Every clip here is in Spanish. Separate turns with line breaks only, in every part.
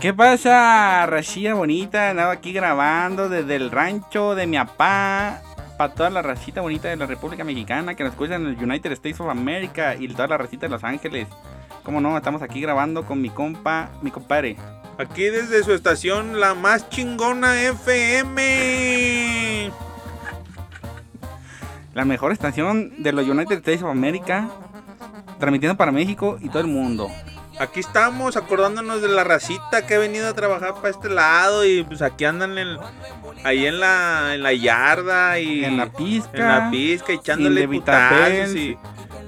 ¿Qué pasa, racilla bonita? Andaba aquí grabando desde el rancho de mi papá. Para toda la racita bonita de la República Mexicana que nos escucha en el United States of America y toda la racita de Los Ángeles. ¿Cómo no? Estamos aquí grabando con mi compa, mi compadre.
Aquí desde su estación, la más chingona FM.
La mejor estación de los United States of America. Transmitiendo para México y todo el mundo.
Aquí estamos acordándonos de la racita que ha venido a trabajar para este lado y pues aquí andan en, ahí en la, en la yarda y
En la pista.
en la pizca
y
echándole
de Vitapel,
putazos y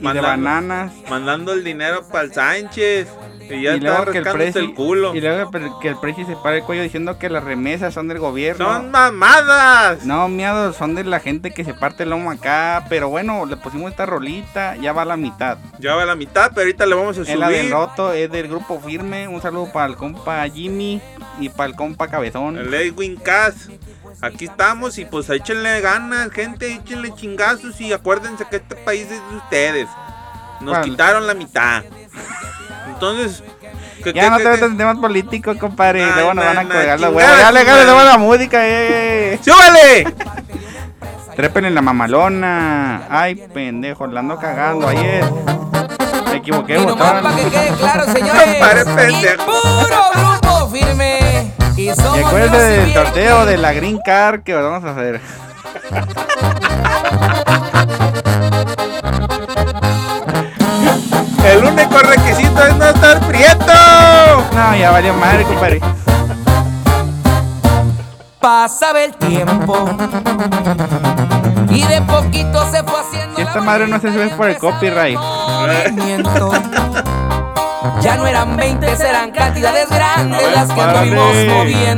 y de bananas.
mandando el dinero para el Sánchez y ya
y
está
luego que el
rascándose
precio
el, culo.
y luego que el- que el precio se para el cuello diciendo que las remesas son del gobierno.
Son mamadas.
No, miado, son de la gente que se parte el lomo acá, pero bueno, le pusimos esta rolita, ya va a la mitad.
Ya va la mitad, pero ahorita le vamos a
Es la del
subir.
Roto, es del grupo firme. Un saludo para el compa Jimmy y para el compa Cabezón.
El Edwin Cass. Aquí estamos y pues échenle ganas, gente, échenle chingazos y acuérdense que este país es de ustedes. Nos
Bueno.
quitaron la mitad. Entonces, ¿qué-
Ya
qué-
no
qué-
te
qué-
metas temas políticos, compadre.
Ay,
Luego nos van a
na, na,
colgar la
chingada,
hueva. Ya le
chingada.
le la música, eh.
¡Súbele!
Trepen en la mamalona. Ay, pendejo, la ando cagando ayer. Me equivoqué, de
Y
botón.
nomás para que quede claro,
Compadre
señores.
pendejo.
Y puro grupo firme. Y somos
Y
los
acuérdense del
siguientes.
sorteo de la Green Card que vamos a hacer.
El único requisito es no estar prieto.
No, ya valió madre, compadre.
Pasaba el tiempo. Y de poquito se fue haciendo.
Si esta
la
madre no se
bolita y
sube por el copyright.
empezaba el movimiento. Ya no eran 20, eran cantidades grandes las que
párale.
anduvimos moviendo.